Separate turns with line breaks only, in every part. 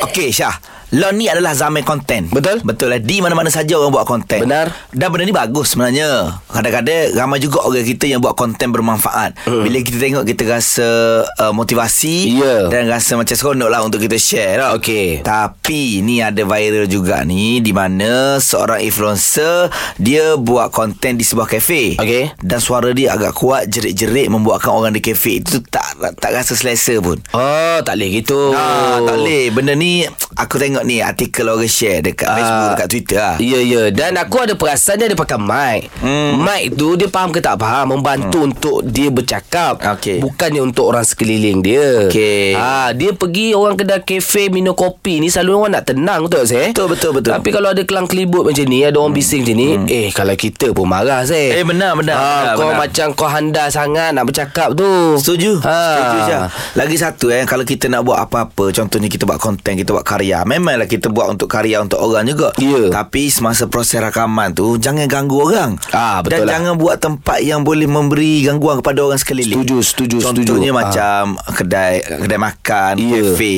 Okey Syah Lo ni adalah zaman konten
Betul.
Betul lah Di mana-mana saja orang buat konten
Benar.
Dan benda ni bagus sebenarnya Kadang-kadang ramai juga orang kita yang buat konten bermanfaat Bila kita tengok kita rasa uh, motivasi
Hmm. Ya.
Dan rasa macam seronok lah untuk kita share lah
Okey.
Tapi ni ada viral juga ni Di mana seorang influencer Dia buat konten di sebuah kafe
Okey.
Dan suara dia agak kuat Jerit-jerit membuatkan orang di kafe itu tak tak rasa selesa pun
Oh, tak boleh gitu.
Ah, tak boleh Benda ni Aku tengok ni Artikel orang share Dekat
Ah.
Facebook Dekat Twitter lah
Ya ya Dan aku ada perasan Dia ada pakai mic hmm. Mic tu Dia faham ke tak faham Membantu hmm. untuk Dia bercakap
Okey.
Bukannya untuk orang sekeliling dia
Okey.
ha, Dia pergi orang kedai kafe Minum kopi ni Selalu orang nak tenang Betul tak saya
Betul, betul, betul. Hmm.
Tapi kalau ada kelang kelibut macam ni Ada orang bising macam ni Eh kalau kita pun marah saya
Eh, benar, benar,
ha,
benar,
Kau
benar.
macam kau handal sangat Nak bercakap tu
Setuju
ha.
Setuju je Lagi satu eh Kalau kita nak buat apa-apa Contohnya kita buat konten Kita buat karya Memanglah kita buat untuk karya Untuk orang juga
Ya.
Tapi semasa proses rakaman tu Jangan ganggu orang
Ah,
Dan
betul lah.
jangan buat tempat Yang boleh memberi gangguan Kepada orang sekeliling
Setuju, setuju,
Contohnya
setuju.
macam Kedai kedai makan
Ya.
Kafe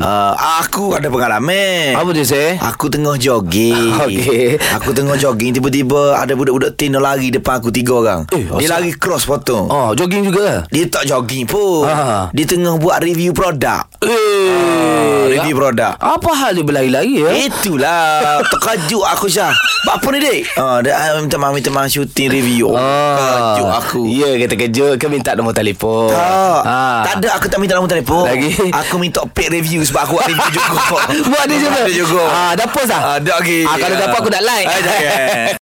uh, Aku ada pengalaman
Apa dia saya
Aku tengah jogging
Okey.
Aku tengah jogging Tiba-tiba ada budak-budak tin dia lari depan aku tiga orang
Eh,
Dia
asal?
lari cross potong
Oh jogging juga lah
Dia tak jogging pun
Ah.
Dia tengah buat review produk Ah,
Eh,
Review produk
Apa hal dia berlari-lari ya?
Eh, Itulah Terkejut aku Syah Buat apa ni dek ah, Dia ah, minta maaf Minta maaf syuting review oh, Terkejut aku
Ah. Ya kita kejut Ke minta nombor telefon
Tak
Ah.
Ya. Tak ada aku tak minta nombor telefon
Lagi?
Aku minta paid review Sebab aku buat review juga
Buat dia juga
Buat dia juga
ah, Dah post dah
Ah, dah lagi
ah, Kalau dah post aku nak like
Ah, jangan